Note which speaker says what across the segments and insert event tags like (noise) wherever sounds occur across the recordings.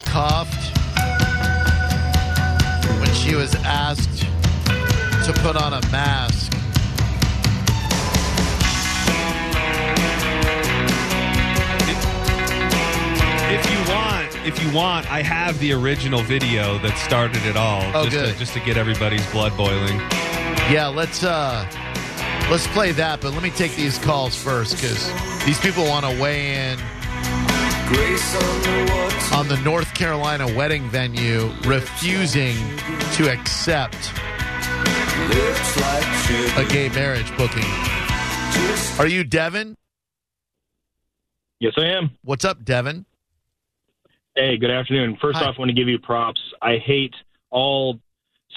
Speaker 1: cuffed when she was asked to put on a mask.
Speaker 2: If you want, if you want, I have the original video that started it all.
Speaker 1: Oh,
Speaker 2: just
Speaker 1: good.
Speaker 2: To, just to get everybody's blood boiling.
Speaker 1: Yeah, let's uh let's play that, but let me take these calls first cuz these people want to weigh in on the North Carolina wedding venue refusing to accept a gay marriage booking. Are you Devin?
Speaker 3: Yes, I am.
Speaker 1: What's up, Devin?
Speaker 3: Hey, good afternoon. First
Speaker 1: Hi.
Speaker 3: off, I want to give you props. I hate all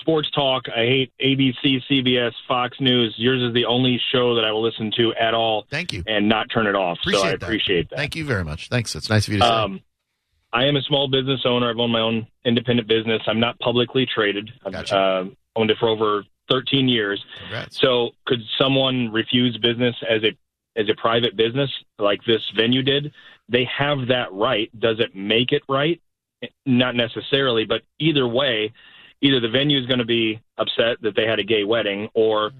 Speaker 3: sports talk. I hate ABC, CBS, Fox News. Yours is the only show that I will listen to at all
Speaker 1: Thank you.
Speaker 3: and not turn it off. so I
Speaker 1: Appreciate that.
Speaker 3: appreciate that.
Speaker 1: Thank you very much. Thanks. It's nice of you to say.
Speaker 3: Um, I am a small business owner. I've owned my own independent business. I'm not publicly traded. I've
Speaker 1: Gotcha.
Speaker 3: uh, owned it for over 13 years.
Speaker 1: Congrats.
Speaker 3: So, could someone refuse business as a as a private business like this venue did? They have that right. Does it make it right? Not necessarily, but either way, either the venue is going to be upset that they had a gay wedding, or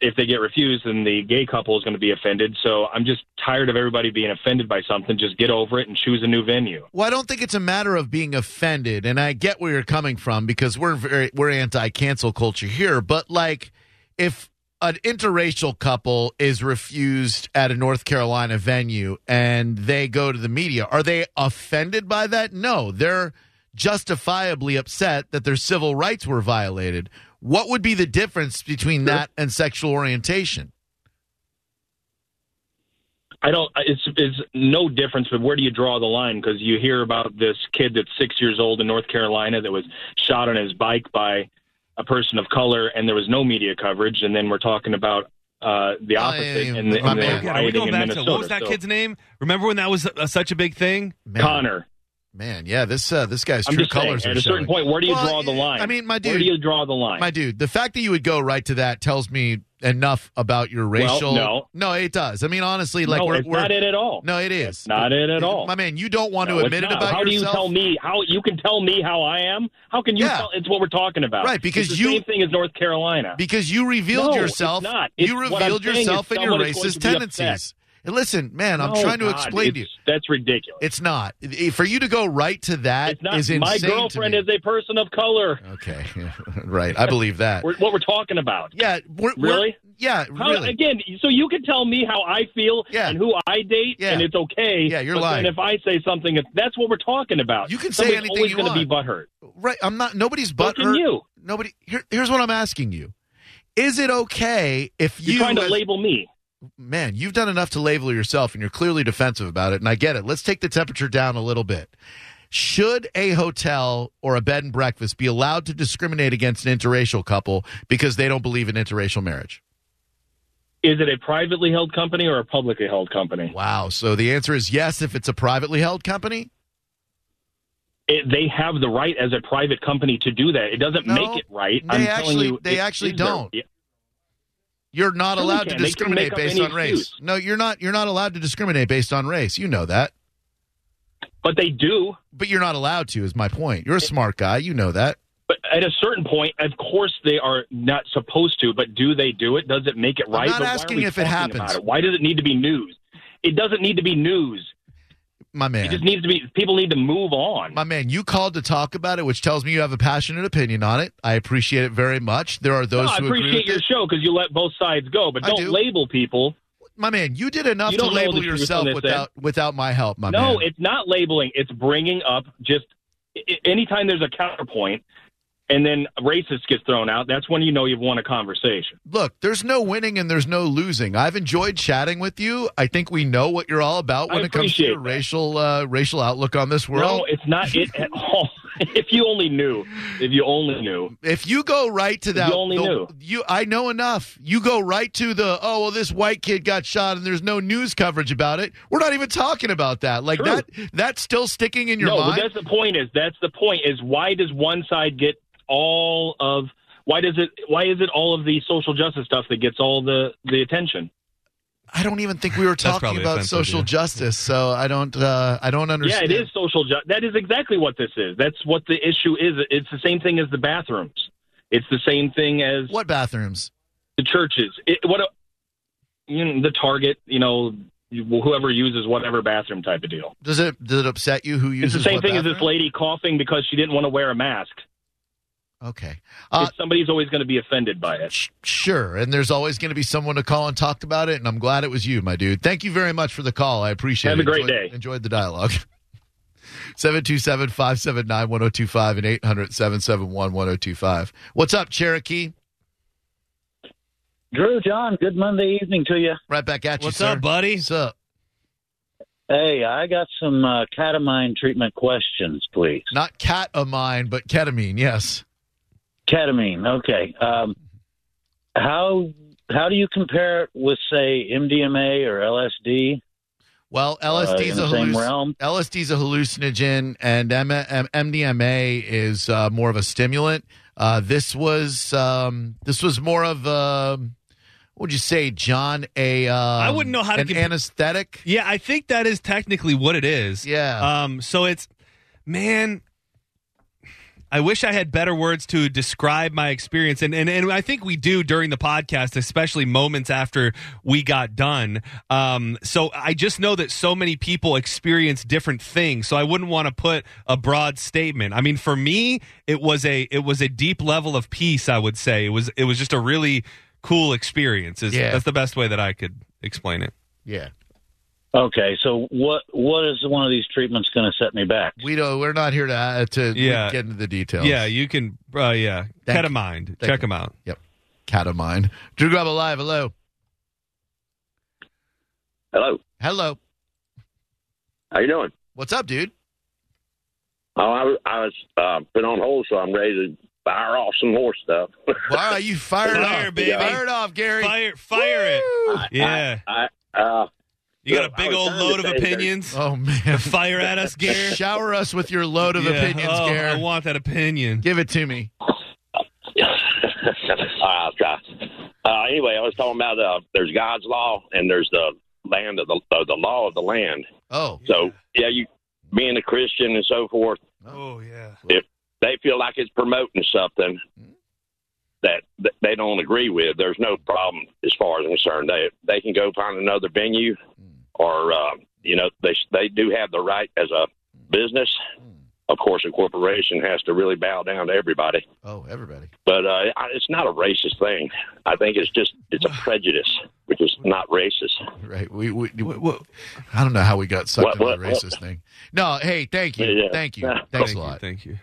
Speaker 3: if they get refused, then the gay couple is going to be offended. So, I'm just tired of everybody being offended by something. Just get over it and choose a new venue.
Speaker 1: Well, I don't think it's a matter of being offended, and I get where you're coming from because we're very we're anti-cancel culture here. But like, if an interracial couple is refused at a North Carolina venue and they go to the media, are they offended by that? No, they're justifiably upset that their civil rights were violated. What would be the difference between that and sexual orientation?
Speaker 3: I don't. It's it's no difference. But where do you draw the line? Because you hear about this kid that's six years old in North Carolina that was shot on his bike by a person of color, and there was no media coverage. And then we're talking about uh, the
Speaker 1: Oh,
Speaker 3: opposite
Speaker 1: yeah,
Speaker 3: and the,
Speaker 1: my
Speaker 3: and the
Speaker 1: man.
Speaker 2: God, are we
Speaker 3: rioting
Speaker 2: going
Speaker 3: in
Speaker 2: back
Speaker 3: Minnesota.
Speaker 2: to what was that
Speaker 3: So,
Speaker 2: kid's name? Remember when that was uh, such a big thing?
Speaker 1: Man,
Speaker 3: Connor?
Speaker 1: man, yeah, this uh, this guy's
Speaker 3: I'm
Speaker 1: true
Speaker 3: just
Speaker 1: colors
Speaker 3: saying.
Speaker 1: are
Speaker 3: At a certain
Speaker 1: showing.
Speaker 3: point, where do you
Speaker 1: Well, eh,
Speaker 3: draw the line?
Speaker 1: I mean, my
Speaker 3: where
Speaker 1: dude-
Speaker 3: do you draw the line?
Speaker 1: My dude, the fact that you would go right to that tells me enough about your racial.
Speaker 3: no.
Speaker 1: no, it does. I mean, honestly, like
Speaker 3: no,
Speaker 1: we're,
Speaker 3: it's
Speaker 1: we're
Speaker 3: not it at all.
Speaker 1: no, it is
Speaker 3: not it at all.
Speaker 1: My man, you don't want
Speaker 3: No,
Speaker 1: to
Speaker 3: it's
Speaker 1: admit it
Speaker 3: not.
Speaker 1: about
Speaker 3: how
Speaker 1: yourself.
Speaker 3: do you tell me how you can tell me how I am? How can you
Speaker 1: Yeah.
Speaker 3: tell? It's what we're talking about,
Speaker 1: Right, because
Speaker 3: It's the
Speaker 1: you-
Speaker 3: same thing as North Carolina.
Speaker 1: Because you revealed
Speaker 3: No, it's
Speaker 1: yourself.
Speaker 3: not. It's-
Speaker 1: you
Speaker 3: what I'm
Speaker 1: revealed
Speaker 3: saying is
Speaker 1: yourself and your
Speaker 3: someone is going to
Speaker 1: racist
Speaker 3: be upset.
Speaker 1: tendencies. And listen, man, I'm
Speaker 3: No,
Speaker 1: trying to
Speaker 3: God,
Speaker 1: explain to you.
Speaker 3: it's- That's ridiculous.
Speaker 1: It's not for you to go right to that.
Speaker 3: It's not.
Speaker 1: is insane
Speaker 3: my
Speaker 1: to
Speaker 3: girlfriend
Speaker 1: me.
Speaker 3: is a person of color.
Speaker 1: Okay, (laughs) right. I believe that.
Speaker 3: We're, what we're talking about.
Speaker 1: yeah, we're, we're-
Speaker 3: Really?
Speaker 1: yeah,
Speaker 3: How,
Speaker 1: really.
Speaker 3: Again, so you can tell me how I feel
Speaker 1: Yeah.
Speaker 3: and who I date,
Speaker 1: Yeah.
Speaker 3: and it's okay.
Speaker 1: Yeah, you're
Speaker 3: but
Speaker 1: lying.
Speaker 3: Then if I say something, that's what we're talking about.
Speaker 1: You can say
Speaker 3: Somebody's
Speaker 1: anything
Speaker 3: always
Speaker 1: you
Speaker 3: gonna
Speaker 1: want.
Speaker 3: be butthurt.
Speaker 1: Right. I'm not. Nobody's er,
Speaker 3: So
Speaker 1: butt
Speaker 3: can you?
Speaker 1: Nobody. Here, here's what I'm asking you: Is it okay if
Speaker 3: You're
Speaker 1: you,
Speaker 3: trying to
Speaker 1: as-
Speaker 3: label me.
Speaker 1: man, you've done enough to label yourself, and you're clearly defensive about it, and I get it. Let's take the temperature down a little bit. Should a hotel or a bed and breakfast be allowed to discriminate against an interracial couple because they don't believe in interracial marriage?
Speaker 3: Is it a privately held company or a publicly held company?
Speaker 1: Wow. So the answer is yes if it's a privately held company.
Speaker 3: It, they have the right as a private company to do that. It doesn't
Speaker 1: No,
Speaker 3: make it right.
Speaker 1: they
Speaker 3: I'm telling
Speaker 1: actually-
Speaker 3: you,
Speaker 1: they
Speaker 3: it
Speaker 1: actually
Speaker 3: is their-
Speaker 1: don't.
Speaker 3: Yeah,
Speaker 1: You're not
Speaker 3: Sure they
Speaker 1: allowed to
Speaker 3: can. They can make
Speaker 1: discriminate
Speaker 3: up
Speaker 1: based
Speaker 3: any
Speaker 1: on race.
Speaker 3: excuse.
Speaker 1: No, you're not. You're not allowed to discriminate based on race. You know that.
Speaker 3: But they do.
Speaker 1: But you're not allowed to, is my point. You're a smart guy. You know that.
Speaker 3: But at a certain point, of course, they are not supposed to. But do they do it? Does it make it
Speaker 1: I'm
Speaker 3: right?
Speaker 1: not
Speaker 3: But why are
Speaker 1: asking
Speaker 3: we
Speaker 1: if it
Speaker 3: talking
Speaker 1: happens.
Speaker 3: about it? Why does it need to be news? It doesn't need to be news.
Speaker 1: My
Speaker 3: It
Speaker 1: man.
Speaker 3: just needs to be. People need to move on.
Speaker 1: My man, you called to talk about it, which tells me you have a passionate opinion on it. I appreciate it very much. There are
Speaker 3: No,
Speaker 1: those
Speaker 3: I
Speaker 1: who agree with
Speaker 3: appreciate your
Speaker 1: it.
Speaker 3: show because you let both sides go, but
Speaker 1: I
Speaker 3: don't
Speaker 1: do.
Speaker 3: label people.
Speaker 1: My man, you did enough
Speaker 3: You
Speaker 1: to
Speaker 3: don't know
Speaker 1: label
Speaker 3: the truth
Speaker 1: yourself
Speaker 3: on this
Speaker 1: without without my help, my
Speaker 3: no,
Speaker 1: man.
Speaker 3: it's not labeling. It's bringing up just i- i- anytime there's a counterpoint, and then racist gets thrown out. That's when you know you've won a conversation.
Speaker 1: Look, there's no winning and there's no losing. I've enjoyed chatting with you. I think we know what you're all about
Speaker 3: I
Speaker 1: when it comes to
Speaker 3: appreciate
Speaker 1: your
Speaker 3: that.
Speaker 1: racial uh, racial outlook on this world. (laughs)
Speaker 3: no, it's not it at all. (laughs) if you only knew. If you only knew.
Speaker 1: If you go right to that,
Speaker 3: You only
Speaker 1: the-
Speaker 3: knew.
Speaker 1: you- I know enough. You go right to the oh well, this white kid got shot, and there's no news coverage about it. We're not even talking about that. Like
Speaker 3: True.
Speaker 1: that, that's still sticking in your
Speaker 3: no,
Speaker 1: mind.
Speaker 3: but that's the point. Is that's the point? Is why does one side get all of? Why does it? Why is it all of the social justice stuff that gets all the the attention?
Speaker 1: I don't even think we were talking
Speaker 2: probably
Speaker 1: about
Speaker 2: offensive,
Speaker 1: social
Speaker 2: yeah.
Speaker 1: justice, so I don't, uh, I don't understand.
Speaker 3: Yeah, it is social justice. That is exactly what this is. That's what the issue is. It's the same thing as the bathrooms. It's the same thing as
Speaker 1: What bathrooms?
Speaker 3: the churches. It, what a, you know, the Target. You know, whoever uses whatever bathroom type of deal.
Speaker 1: Does it does it upset you who
Speaker 3: It's
Speaker 1: uses
Speaker 3: the same
Speaker 1: what
Speaker 3: thing as this
Speaker 1: bathroom?
Speaker 3: lady coughing because she didn't want to wear a mask.
Speaker 1: Okay, uh,
Speaker 3: It's- somebody's always going to be offended by it.
Speaker 1: sh- sure. And there's always going to be someone to call and talk about it. And I'm glad it was you, my dude. Thank you very much for the call. I appreciate
Speaker 3: Have
Speaker 1: it.
Speaker 3: a great
Speaker 1: Enjoyed-
Speaker 3: day.
Speaker 1: Enjoyed the dialogue. (laughs) 727 579 1025 and 800 771 1025. What's up, Cherokee?
Speaker 4: Drew, John, good Monday evening to you.
Speaker 1: Right back at you,
Speaker 2: What's
Speaker 1: sir.
Speaker 2: up, buddy?
Speaker 1: What's up?
Speaker 4: Hey, I got some uh, ketamine treatment questions, please.
Speaker 1: Not cat of mine, but ketamine, yes.
Speaker 4: Ketamine, okay. Um, how how do you compare it with say MDMA or LSD?
Speaker 1: Well, LSD's
Speaker 4: uh, in
Speaker 1: a
Speaker 4: the same
Speaker 1: halluc-
Speaker 4: realm.
Speaker 1: LSD's a hallucinogen, and M- M- MDMA is uh, more of a stimulant. Uh, this was um, this was more of a what would you say, John? A um, I
Speaker 2: wouldn't know how to
Speaker 1: an
Speaker 2: compa-
Speaker 1: anesthetic.
Speaker 2: Yeah, I think that is technically what it is.
Speaker 1: Yeah,
Speaker 2: Um, so it's, man, I wish I had better words to describe my experience. And, and, and I think we do during the podcast, especially moments after we got done. Um, so I just know that so many people experience different things. So I wouldn't want to put a broad statement. I mean, for me, it was a, it was a deep level of peace, I would say. It was, it was just a really cool experience. Is,
Speaker 1: Yeah.
Speaker 2: That's the best way that I could explain it.
Speaker 1: yeah.
Speaker 4: Okay, so what what is one of these treatments going to set me back?
Speaker 1: We don't. We're not here to uh, to
Speaker 2: Yeah.
Speaker 1: get into the details.
Speaker 2: Yeah, you can, uh, yeah,
Speaker 1: Thank
Speaker 2: cut
Speaker 1: you.
Speaker 2: a mind.
Speaker 1: Thank
Speaker 2: Check
Speaker 1: you.
Speaker 2: them out.
Speaker 1: cat of mine. Drew Grubb alive. Hello.
Speaker 5: Hello.
Speaker 1: Hello.
Speaker 5: How you doing?
Speaker 1: What's up, dude?
Speaker 5: Oh, I was, I was uh, been on hold, so I'm ready to fire off some more stuff. (laughs)
Speaker 1: Well, all right, you fired
Speaker 2: Fire,
Speaker 1: off,
Speaker 2: baby.
Speaker 1: Fired off, Gary.
Speaker 2: Fire, fire it.
Speaker 1: Woo!
Speaker 2: Yeah.
Speaker 5: uh,
Speaker 2: You got a
Speaker 5: Look, I
Speaker 2: big
Speaker 5: was
Speaker 2: old
Speaker 5: trying to
Speaker 2: load of (laughs)
Speaker 5: say
Speaker 2: opinions.
Speaker 1: Oh
Speaker 2: to
Speaker 1: man.
Speaker 2: Fire at us, (laughs) Gare.
Speaker 1: Shower us with your load of
Speaker 2: Yeah.
Speaker 1: opinions,
Speaker 2: oh,
Speaker 1: Gary.
Speaker 2: I want that opinion.
Speaker 1: Give it to me.
Speaker 5: (laughs) all right, I'll try. Uh, anyway, I was talking about uh, there's God's law and there's the land of the uh, the law of the land.
Speaker 1: Oh,
Speaker 5: So yeah, you being a Christian and so forth,
Speaker 2: Oh, yeah.
Speaker 5: they feel like it's promoting something that that they don't agree with. There's no problem as far as I'm concerned. They they can go find another venue, or uh, you know they they do have the right as a business. Of course, a corporation has to really bow down to everybody.
Speaker 1: oh, everybody.
Speaker 5: But uh, I- it's not a racist thing. I think it's just
Speaker 1: (sighs)
Speaker 5: it's a prejudice, which is not racist.
Speaker 1: Right. We, we, I don't know how we got sucked
Speaker 5: What-
Speaker 1: into
Speaker 5: what-
Speaker 1: the racist thing. No, hey, thank you.
Speaker 5: Yeah.
Speaker 1: Thank you.
Speaker 5: Yeah.
Speaker 1: Thanks
Speaker 2: Thank
Speaker 1: a lot.
Speaker 2: You, thank you.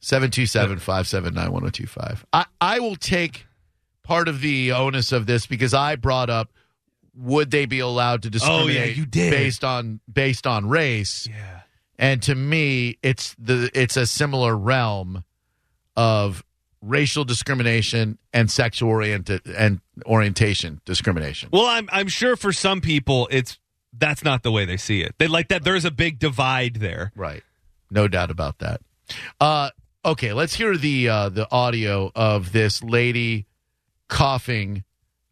Speaker 1: 727 579 1025. I I will take part of the onus of this because I brought up would they be allowed to discriminate
Speaker 2: Oh, yeah, you did.
Speaker 1: based on based on race?
Speaker 2: Yeah.
Speaker 1: And to me, it's the it's a similar realm of racial discrimination and sexual oriented and orientation discrimination.
Speaker 2: Well, I'm I'm sure for some people it's that's not the way they see it. They like that there's a big divide there.
Speaker 1: Right. No doubt about that. Uh okay, let's hear the uh the audio of this lady coughing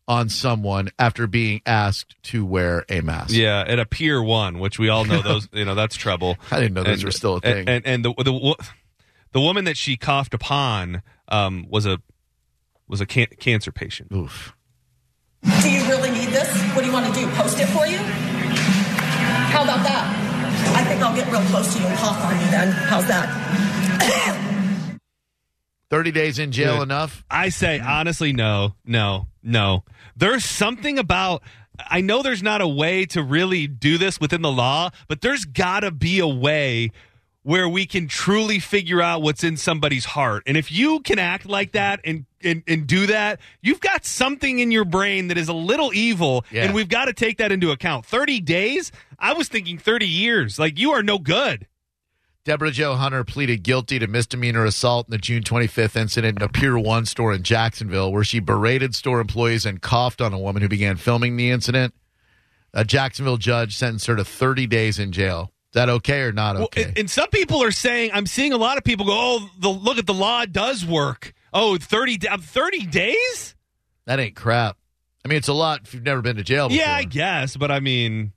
Speaker 1: on someone after being asked to wear a mask.
Speaker 2: Yeah, at a Pier 1, which we all know (laughs) those, you know, that's trouble.
Speaker 1: I didn't know those were still a thing.
Speaker 2: And and, and the, the wo- the woman that she coughed upon um, was a was a can- cancer patient.
Speaker 1: Oof.
Speaker 6: Do you really need this? What do you want to do? Post it for you? How about that? I think I'll get real close to you and cough on you then. How's that?
Speaker 1: 30 days in jail
Speaker 2: Dude.
Speaker 1: enough?
Speaker 2: I say honestly, no, no, no. There's something about. I know there's not a way to really do this within the law, but there's got to be a way where we can truly figure out what's in somebody's heart. And if you can act like that and and, and do that, you've got something in your brain that is a little evil,
Speaker 1: Yeah.
Speaker 2: and we've got to take that into account. Thirty days? I was thinking thirty years. Like you are no good.
Speaker 1: Deborah Jo Hunter pleaded guilty to misdemeanor assault in the June 25th incident in a Pier 1 store in Jacksonville, where she berated store employees and coughed on a woman who began filming the incident. A Jacksonville judge sentenced her to 30 days in jail. Is that okay or not
Speaker 2: Well,
Speaker 1: okay?
Speaker 2: and- and some people are saying, I'm seeing a lot of people go, oh, the, look at the law does work. Oh, 30, da- 30 days?
Speaker 1: that ain't crap. I mean, it's a lot if you've never been to jail before.
Speaker 2: Yeah, I guess, but I mean,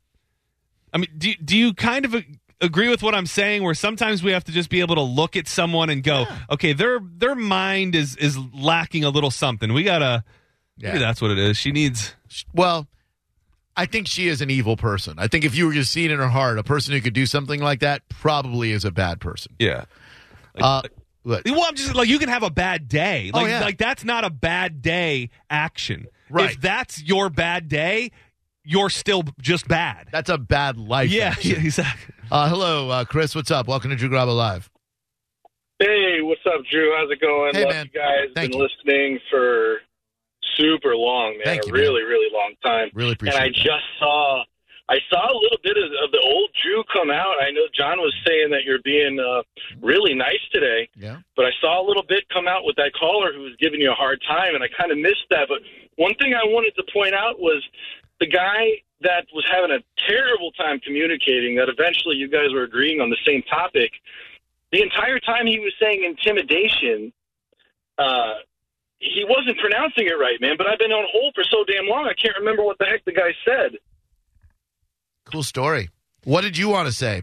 Speaker 2: I mean, do do you kind of ag- agree with what I'm saying? Where sometimes we have to just be able to look at someone and go, okay, their their mind is is lacking a little something. We gotta.
Speaker 1: Yeah.
Speaker 2: Maybe that's what it is. She needs.
Speaker 1: Well, I think she is an evil person. I think if you were just seeing in her heart, a person who could do something like that probably is a bad person.
Speaker 2: Yeah.
Speaker 1: Uh, look,
Speaker 2: Well, I'm just like you can have a bad day.
Speaker 1: Oh,
Speaker 2: Like
Speaker 1: yeah.
Speaker 2: like that's not a bad day action.
Speaker 1: Right.
Speaker 2: If that's your bad day, you're still just bad.
Speaker 1: that's a bad life.
Speaker 2: Yeah,
Speaker 1: action.
Speaker 2: yeah, exactly.
Speaker 1: Uh, hello, uh, Chris. What's up? Welcome to Drew Grabo Live.
Speaker 7: Hey, what's up, Drew? How's it going?
Speaker 1: Hey,
Speaker 7: Love
Speaker 1: man.
Speaker 7: you guys.
Speaker 1: Thank
Speaker 7: Been
Speaker 1: you.
Speaker 7: listening for super long, man.
Speaker 1: Thank you,
Speaker 7: a
Speaker 1: man.
Speaker 7: really, really long time.
Speaker 1: Really
Speaker 7: And
Speaker 1: appreciate
Speaker 7: I
Speaker 1: that.
Speaker 7: just saw, I saw a little bit of, of the old Drew come out. I know John was saying that you're being uh, really nice today,
Speaker 1: yeah.
Speaker 7: but I saw a little bit come out with that caller who was giving you a hard time, and I kind of missed that. But one thing I wanted to point out was the guy that was having a terrible time communicating, that eventually you guys were agreeing on the same topic, the entire time he was saying intimidation, uh, he wasn't pronouncing it right, man. But I've been on hold for so damn long, I can't remember what the heck the guy said. (laughs)
Speaker 1: Cool story. What did you want to say?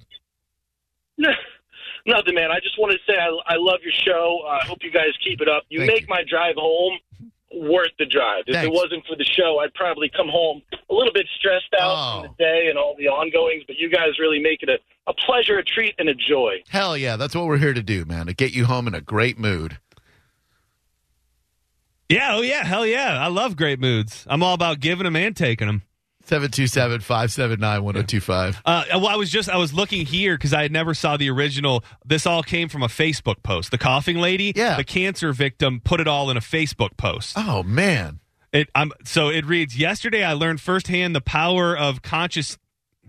Speaker 7: Nothing, man. I just wanted to say I, I love your show. I hope you guys keep it up. You
Speaker 1: Thank
Speaker 7: make
Speaker 1: you.
Speaker 7: my drive home worth the drive. If
Speaker 1: Thanks.
Speaker 7: it wasn't for the show, I'd probably come home a little bit stressed out
Speaker 1: Oh.
Speaker 7: from the day and all the ongoings. But you guys really make it a, a pleasure, a treat, and a joy.
Speaker 1: Hell yeah, that's what we're here to do, man. To get you home in a great mood.
Speaker 2: Yeah, oh yeah, hell yeah. I love great moods. I'm all about giving them and taking them.
Speaker 1: 727 579 1025.
Speaker 2: Uh, well, I was just I was looking here because I had never saw the original. This all came from a Facebook post. The coughing lady,
Speaker 1: Yeah.
Speaker 2: the cancer victim, put it all in a Facebook post.
Speaker 1: Oh, man.
Speaker 2: It, I'm so it reads. Yesterday, I learned firsthand the power of conscious.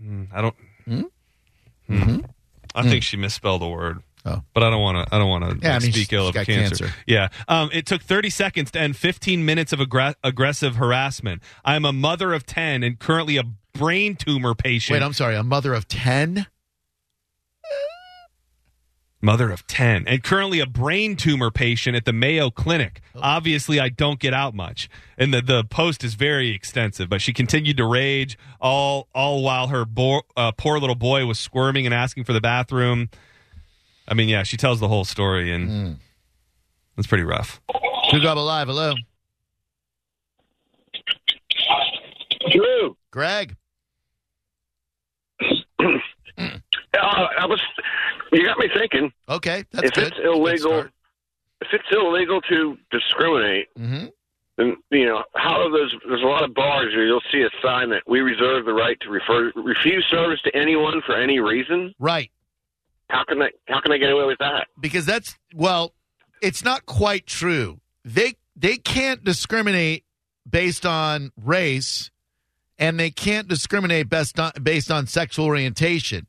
Speaker 2: Hmm, I don't. Hmm. I think she misspelled the word.
Speaker 1: Mm-hmm. Oh.
Speaker 2: But I don't want to. I don't want to
Speaker 1: Yeah, I mean,
Speaker 2: speak
Speaker 1: she's-
Speaker 2: ill
Speaker 1: she's
Speaker 2: of
Speaker 1: got
Speaker 2: cancer.
Speaker 1: cancer.
Speaker 2: Yeah. Um, it took 30 seconds to end 15 minutes of aggra- aggressive harassment. I am a mother of 10 and currently a brain tumor patient.
Speaker 1: Wait, I'm sorry. A mother of 10?
Speaker 2: Mother of 10, and currently a brain tumor patient at the Mayo Clinic. Obviously, I don't get out much. And the, the post is very extensive, but she continued to rage all, all while her bo- uh, poor little boy was squirming and asking for the bathroom. I mean, yeah, she tells the whole story, and that's pretty rough.
Speaker 1: Hmm. Drew Grabo Live. Hello.
Speaker 5: Drew,
Speaker 1: Greg.
Speaker 5: uh, I was. You got me thinking.
Speaker 1: Okay. That's
Speaker 5: if
Speaker 1: good.
Speaker 5: it's illegal, if it's illegal to discriminate,
Speaker 1: Mm-hmm.
Speaker 5: then you know how are those. There's a lot of bars where you'll see a sign that we reserve the right to refer refuse service to anyone for any reason.
Speaker 1: Right.
Speaker 5: How can they? How can they get away with that?
Speaker 1: because that's well, it's not quite true. They they can't discriminate based on race, and they can't discriminate based on based on sexual orientation.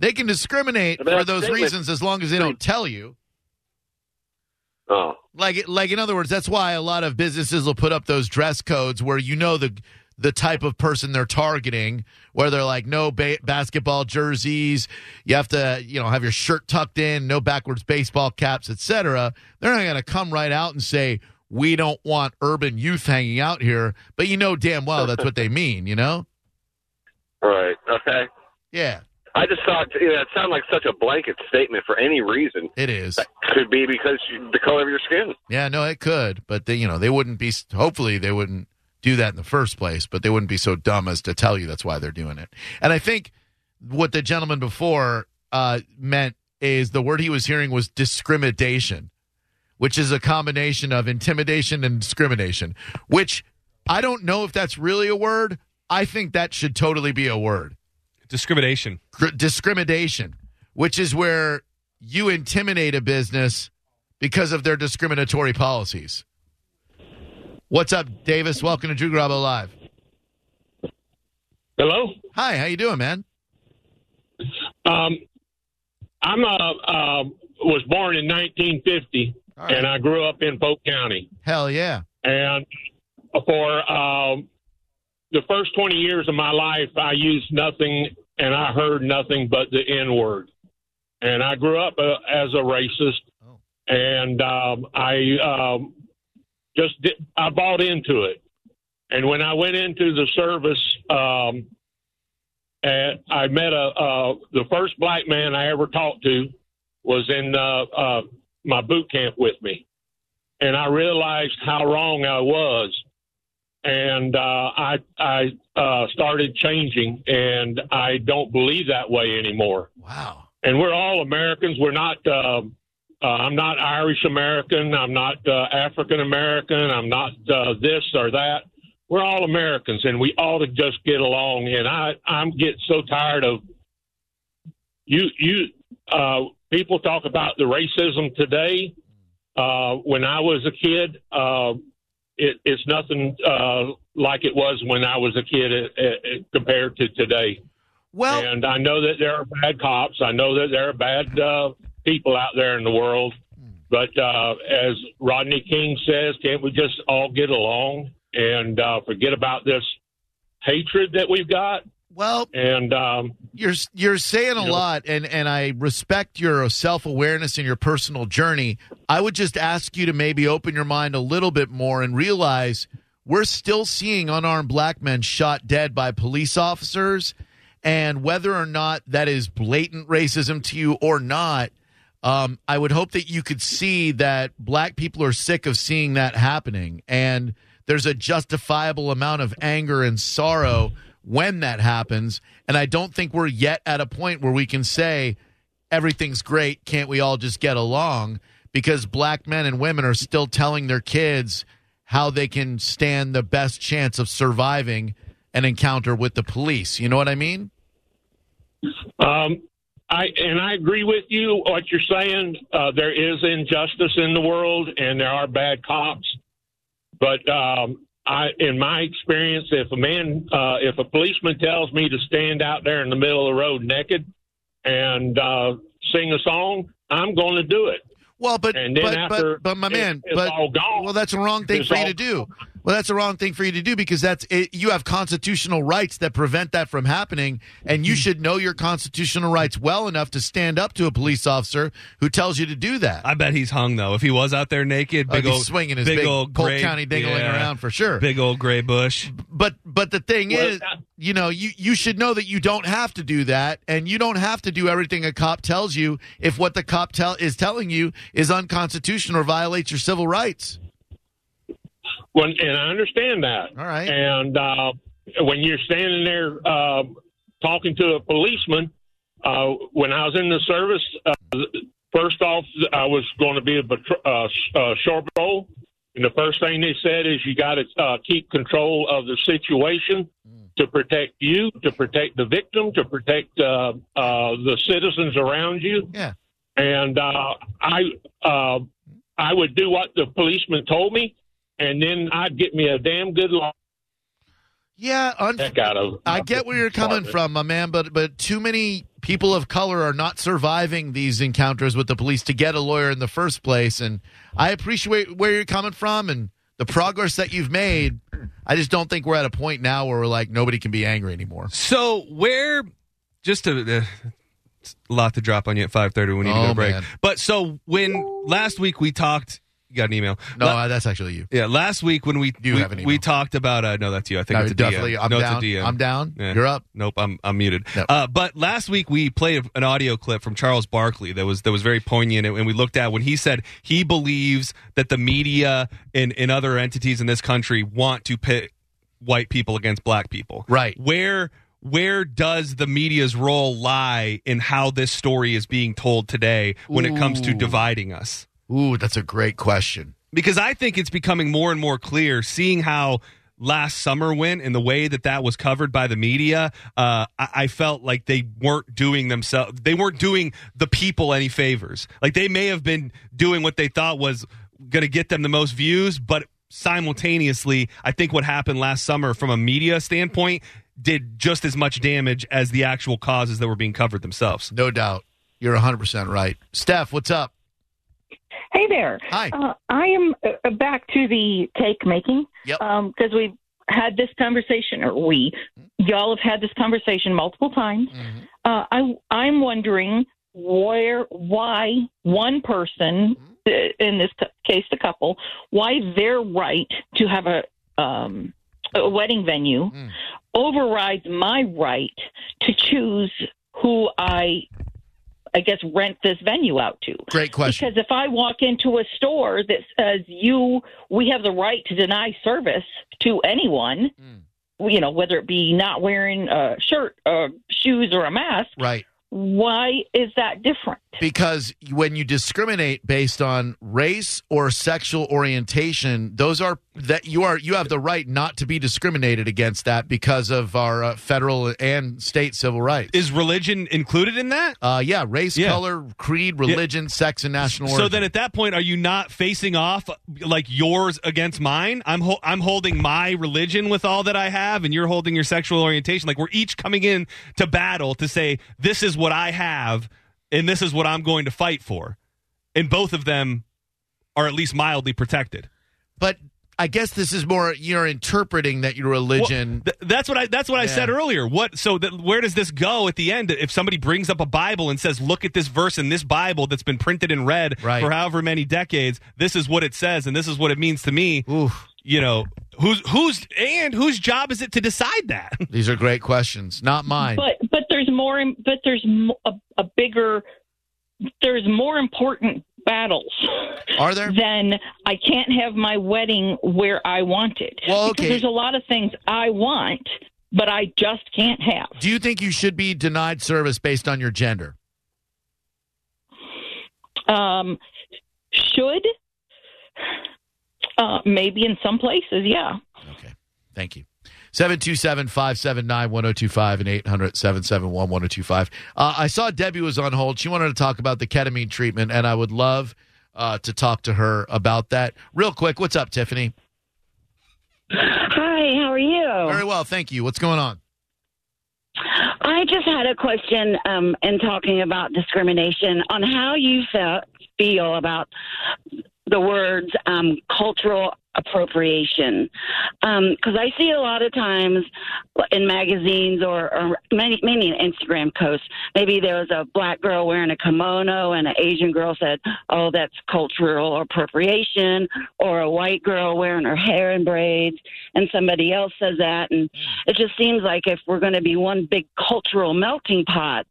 Speaker 1: They can discriminate
Speaker 5: But
Speaker 1: for
Speaker 5: that's
Speaker 1: those
Speaker 5: statement-
Speaker 1: reasons as long as they don't tell you.
Speaker 5: Oh,
Speaker 1: Like like in other words, that's why a lot of businesses will put up those dress codes where you know the the type of person they're targeting where they're like no ba- basketball jerseys you have to you know have your shirt tucked in no backwards baseball caps etc they're not going to come right out and say we don't want urban youth hanging out here but you know damn well that's what they mean you know
Speaker 5: right. Okay.
Speaker 1: yeah
Speaker 5: I just thought you know, it sounded like such a blanket statement for any reason.
Speaker 1: it is
Speaker 5: Could be because you, the color of your skin.
Speaker 1: yeah no it could but they you know they wouldn't be hopefully they wouldn't do that in the first place but they wouldn't be so dumb as to tell you that's why they're doing it and i think what the gentleman before uh, meant is the word he was hearing was discrimination which is a combination of intimidation and discrimination which i don't know if that's really a word i think that should totally be a word
Speaker 2: Discrimination.
Speaker 1: Gr- discrimination, which is where you intimidate a business because of their discriminatory policies. What's up, Davis? Welcome to Drew Grabo Live.
Speaker 7: Hello.
Speaker 1: Hi, how you doing, man?
Speaker 7: Um,
Speaker 3: I'm uh, uh, was born in 1950,
Speaker 1: All right.
Speaker 3: and I grew up in Polk County.
Speaker 1: Hell yeah.
Speaker 3: And for um, the first 20 years of my life, I used nothing and I heard nothing but the N word. And I grew up uh, as a racist,
Speaker 1: Oh.
Speaker 3: and um, I um, just did, I bought into it. And when I went into the service, um, and I met a uh, the first black man I ever talked to was in uh, uh, my boot camp with me and I realized how wrong I was. And uh, I I uh, started changing, and I don't believe that way anymore.
Speaker 1: Wow.
Speaker 3: And we're all Americans. We're not. um uh, I'm not Irish American. I'm not uh, African American. I'm not uh, this or that. We're all Americans, and we ought to just get along. And I I'm get so tired of you you uh, people talk about the racism today uh, when I was a kid, uh, it, it's nothing uh, like it was when I was a kid uh, uh, compared to today.
Speaker 1: Well,
Speaker 3: And I know that there are bad cops. I know that there are bad uh, people out there in the world. But uh, as Rodney King says, can't we just all get along and uh, forget about this hatred that we've got?
Speaker 1: well,
Speaker 3: And um,
Speaker 1: you're you're saying a
Speaker 3: You know-
Speaker 1: lot and and I respect your self-awareness and your personal journey. I would just ask you to maybe open your mind a little bit more and realize we're still seeing unarmed black men shot dead by police officers and whether or not that is blatant racism to you or not um, I would hope that you could see that black people are sick of seeing that happening. And there's a justifiable amount of anger and sorrow when that happens. And I don't think we're yet at a point where we can say, everything's great. Can't we all just get along? Because black men and women are still telling their kids how they can stand the best chance of surviving an encounter with the police. You know what I mean?
Speaker 3: Um, I and I agree with you what you're saying. Uh, there is injustice in the world, and there are bad cops. But um, I, in my experience, if a man, uh, if a policeman tells me to stand out there in the middle of the road naked and uh, sing a song, I'm going to do it.
Speaker 1: Well, but
Speaker 3: And then
Speaker 1: but,
Speaker 3: after
Speaker 1: but but my
Speaker 3: it-
Speaker 1: man,
Speaker 3: it's
Speaker 1: but
Speaker 3: all
Speaker 2: Oh.
Speaker 3: gone.
Speaker 1: well, that's a wrong thing
Speaker 3: It's
Speaker 1: for you
Speaker 3: all
Speaker 1: to do. Well, that's a wrong thing for you to do because that's it, you have constitutional rights that prevent that from happening, and
Speaker 2: Hmm.
Speaker 1: you should know your constitutional rights well enough to stand up to a police officer who tells you to do that.
Speaker 2: I bet he's hung though. If he was out there naked,
Speaker 1: Oh,
Speaker 2: big
Speaker 1: he's
Speaker 2: old
Speaker 1: swinging his
Speaker 2: big
Speaker 1: big
Speaker 2: old
Speaker 1: Polk
Speaker 2: gray-
Speaker 1: County dingling
Speaker 2: yeah,
Speaker 1: around for sure.
Speaker 2: Big uh, old gray bush.
Speaker 1: But but the thing
Speaker 3: Well,
Speaker 1: is,
Speaker 3: that-
Speaker 1: you know, you you should know that you don't have to do that, and you don't have to do everything a cop tells you if what the cop tell is telling you is unconstitutional or violates your civil rights.
Speaker 3: When, and I understand that.
Speaker 1: All right.
Speaker 3: And uh, when you're standing there uh, talking to a policeman, uh, when I was in the service, uh, first off, I was going to be a patro- uh, sh- uh, shore patrol. And the first thing they said is you got to uh, keep control of the situation to protect you, to protect the victim, to protect uh, uh, the citizens around you
Speaker 1: Yeah.
Speaker 3: and uh, I uh, I would do what the policeman told me, and then I'd get me a damn good law
Speaker 1: Yeah, unf-
Speaker 3: heck out of.
Speaker 1: I get where you're coming from, my man, but but too many people of color are not surviving these encounters with the police to get a lawyer in the first place. And I appreciate where you're coming from and the progress that you've made. I just don't think we're at a point now where we're like nobody can be angry anymore.
Speaker 2: So where? Just to. Uh, it's a lot to drop on you at 5.30 we need to go
Speaker 1: Oh,
Speaker 2: to break
Speaker 1: man.
Speaker 2: but so when last week we talked you got an email
Speaker 1: No,
Speaker 2: La-
Speaker 1: uh, that's actually you.
Speaker 2: yeah last week when we
Speaker 1: You
Speaker 2: we,
Speaker 1: have an
Speaker 2: we
Speaker 1: email.
Speaker 2: talked about uh, no that's you i think
Speaker 1: No,
Speaker 2: it's a
Speaker 1: definitely.
Speaker 2: DM.
Speaker 1: I'm
Speaker 2: no,
Speaker 1: down.
Speaker 2: it's a DM.
Speaker 1: I'm down.
Speaker 2: Yeah.
Speaker 1: You're up.
Speaker 2: Nope, I'm I'm muted.
Speaker 1: Nope.
Speaker 2: Uh, but last week we played an audio clip from Charles Barkley that was that was very poignant, and we looked at when he said he believes that the media and, and other entities in this country want to pit white people against black people.
Speaker 1: Right.
Speaker 2: Where where does the media's role lie in how this story is being told today when it comes to
Speaker 1: Ooh.
Speaker 2: dividing us?
Speaker 1: Ooh, that's a great question.
Speaker 2: because I think it's becoming more and more clear seeing how last summer went and the way that that was covered by the media uh, I, I felt like they weren't doing themselves they weren't doing the people any favors like they may have been doing what they thought was going to get them the most views but simultaneously i think what happened last summer from a media standpoint did just as much damage as the actual causes that were being covered themselves
Speaker 1: No doubt. You're 100% right. Steph, what's up?
Speaker 8: Hey there.
Speaker 1: Hi.
Speaker 8: Uh, I am uh, back to the cake making. Um,
Speaker 1: Yep.
Speaker 8: Because we've had this conversation, or we, y'all have had this conversation multiple times.
Speaker 1: Mm-hmm.
Speaker 8: Uh, I, I'm wondering where, why one person, uh, in this cu- case the couple, why their right to have a, um, a wedding venue
Speaker 1: Mm.
Speaker 8: overrides my right to choose who I, I guess, rent this venue out to.
Speaker 1: Great question.
Speaker 8: Because if I walk into a store that says you, we have the right to deny service to anyone, you know, whether it be not wearing a shirt, uh, shoes, or a mask.
Speaker 1: right.
Speaker 8: Why is that different?
Speaker 1: Because when you discriminate based on race or sexual orientation, those are that you are you have the right not to be discriminated against that because of our uh, federal and state civil rights.
Speaker 2: Is religion included in that?
Speaker 1: Uh, yeah, race,
Speaker 2: Yeah.
Speaker 1: color, creed, religion, sex, and national origin.
Speaker 2: So then, at that point, are you not facing off like yours against mine? I'm ho- I'm holding my religion with all that I have, and you're holding your sexual orientation. Like we're each coming in to battle to say this is what I have, and this is what I'm going to fight for, and both of them are at least mildly protected.
Speaker 1: but I guess this is more you're interpreting that your religion.
Speaker 2: Well, th- that's what I that's what I
Speaker 1: Yeah.
Speaker 2: said earlier. What so that where does this go at the end if somebody brings up a Bible and says, "Look at this verse in this Bible that's been printed in red
Speaker 1: Right.
Speaker 2: for however many decades. This is what it says and this is what it means to me."
Speaker 1: Oof.
Speaker 2: You know, who's who's and whose job is it to decide that?
Speaker 1: These are great questions, not mine.
Speaker 8: But but there's more. im- But there's mo- a, a bigger. There's more important battles
Speaker 1: are there?
Speaker 8: than I can't have my wedding where I want it.
Speaker 1: Well,
Speaker 8: Because
Speaker 1: okay.
Speaker 8: there's a lot of things I want, but I just can't have.
Speaker 1: Do you think you should be denied service based on your gender?
Speaker 8: um, should uh, maybe in some places yeah
Speaker 1: Okay. Thank you. 727-579-1025 and 800-771-1025. Uh, I saw Debbie was on hold. She wanted to talk about the ketamine treatment, and I would love uh, to talk to her about that. Real quick, what's up, Tiffany?
Speaker 9: Hi, how are
Speaker 1: Very
Speaker 9: you?
Speaker 1: well, thank you. What's going on?
Speaker 9: I just had a question um, in talking about discrimination on how you fe- feel about the words um, cultural appropriation. Because I see a lot of times in magazines or, or many, many Instagram posts, maybe there was a black girl wearing a kimono and an Asian girl said, oh, that's cultural appropriation, or a white girl wearing her hair in braids, and somebody else says that. And it just seems like if we're going to be one big cultural melting pot,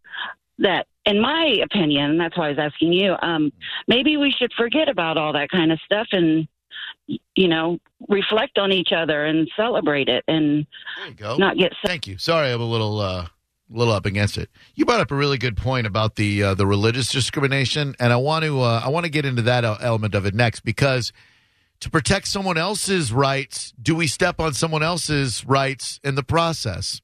Speaker 9: that, in my opinion, and that's why I was asking you, um, maybe we should forget about all that kind of stuff and, you know, reflect on each other and celebrate it and
Speaker 1: There you go.
Speaker 9: not get so.
Speaker 1: Thank you. Sorry, I'm a little uh, little up against it. You brought up a really good point about the uh, the religious discrimination, and I want to uh, I want to get into that el- element of it next because to protect someone else's rights, do we step on someone else's rights in the process?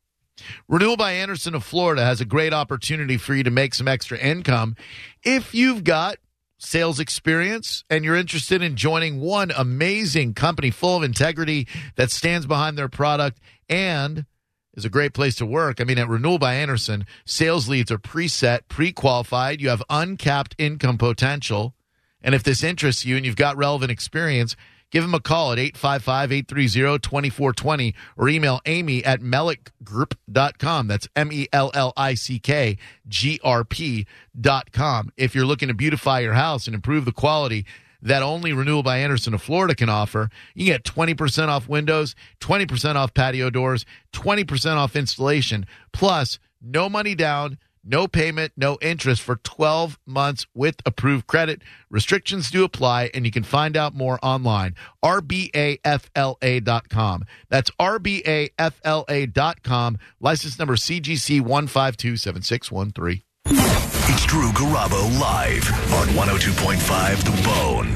Speaker 1: Renewal by Anderson of Florida has a great opportunity for you to make some extra income if you've got sales experience and you're interested in joining one amazing company full of integrity that stands behind their product and is a great place to work. I mean, at Renewal by Anderson, sales leads are preset, pre qualified. You have uncapped income potential. And if this interests you and you've got relevant experience, give them a call at 855 830 2420 or email amy at mellickgroup.com. That's M E L L I C K G R P.com. If you're looking to beautify your house and improve the quality, that only Renewal by Anderson of Florida can offer. You can get 20% off windows, 20% off patio doors, 20% off installation, plus no money down, no payment, no interest for 12 months with approved credit. Restrictions do apply, and you can find out more online. RBAFLA.com. That's RBAFLA.com. License number CGC 1527613.
Speaker 10: It's Drew Garabo live on 102.5 The Bone.